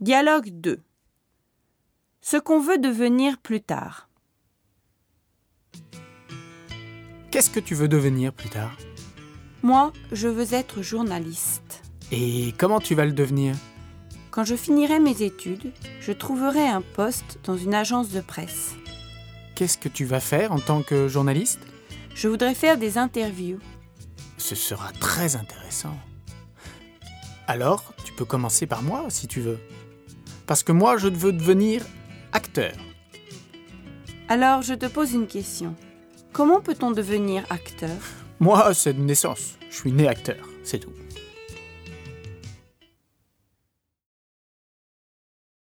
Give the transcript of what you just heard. Dialogue 2 Ce qu'on veut devenir plus tard. Qu'est-ce que tu veux devenir plus tard Moi, je veux être journaliste. Et comment tu vas le devenir Quand je finirai mes études, je trouverai un poste dans une agence de presse. Qu'est-ce que tu vas faire en tant que journaliste Je voudrais faire des interviews. Ce sera très intéressant. Alors, tu peux commencer par moi si tu veux. Parce que moi, je veux devenir acteur. Alors, je te pose une question. Comment peut-on devenir acteur Moi, c'est de naissance. Je suis né acteur, c'est tout.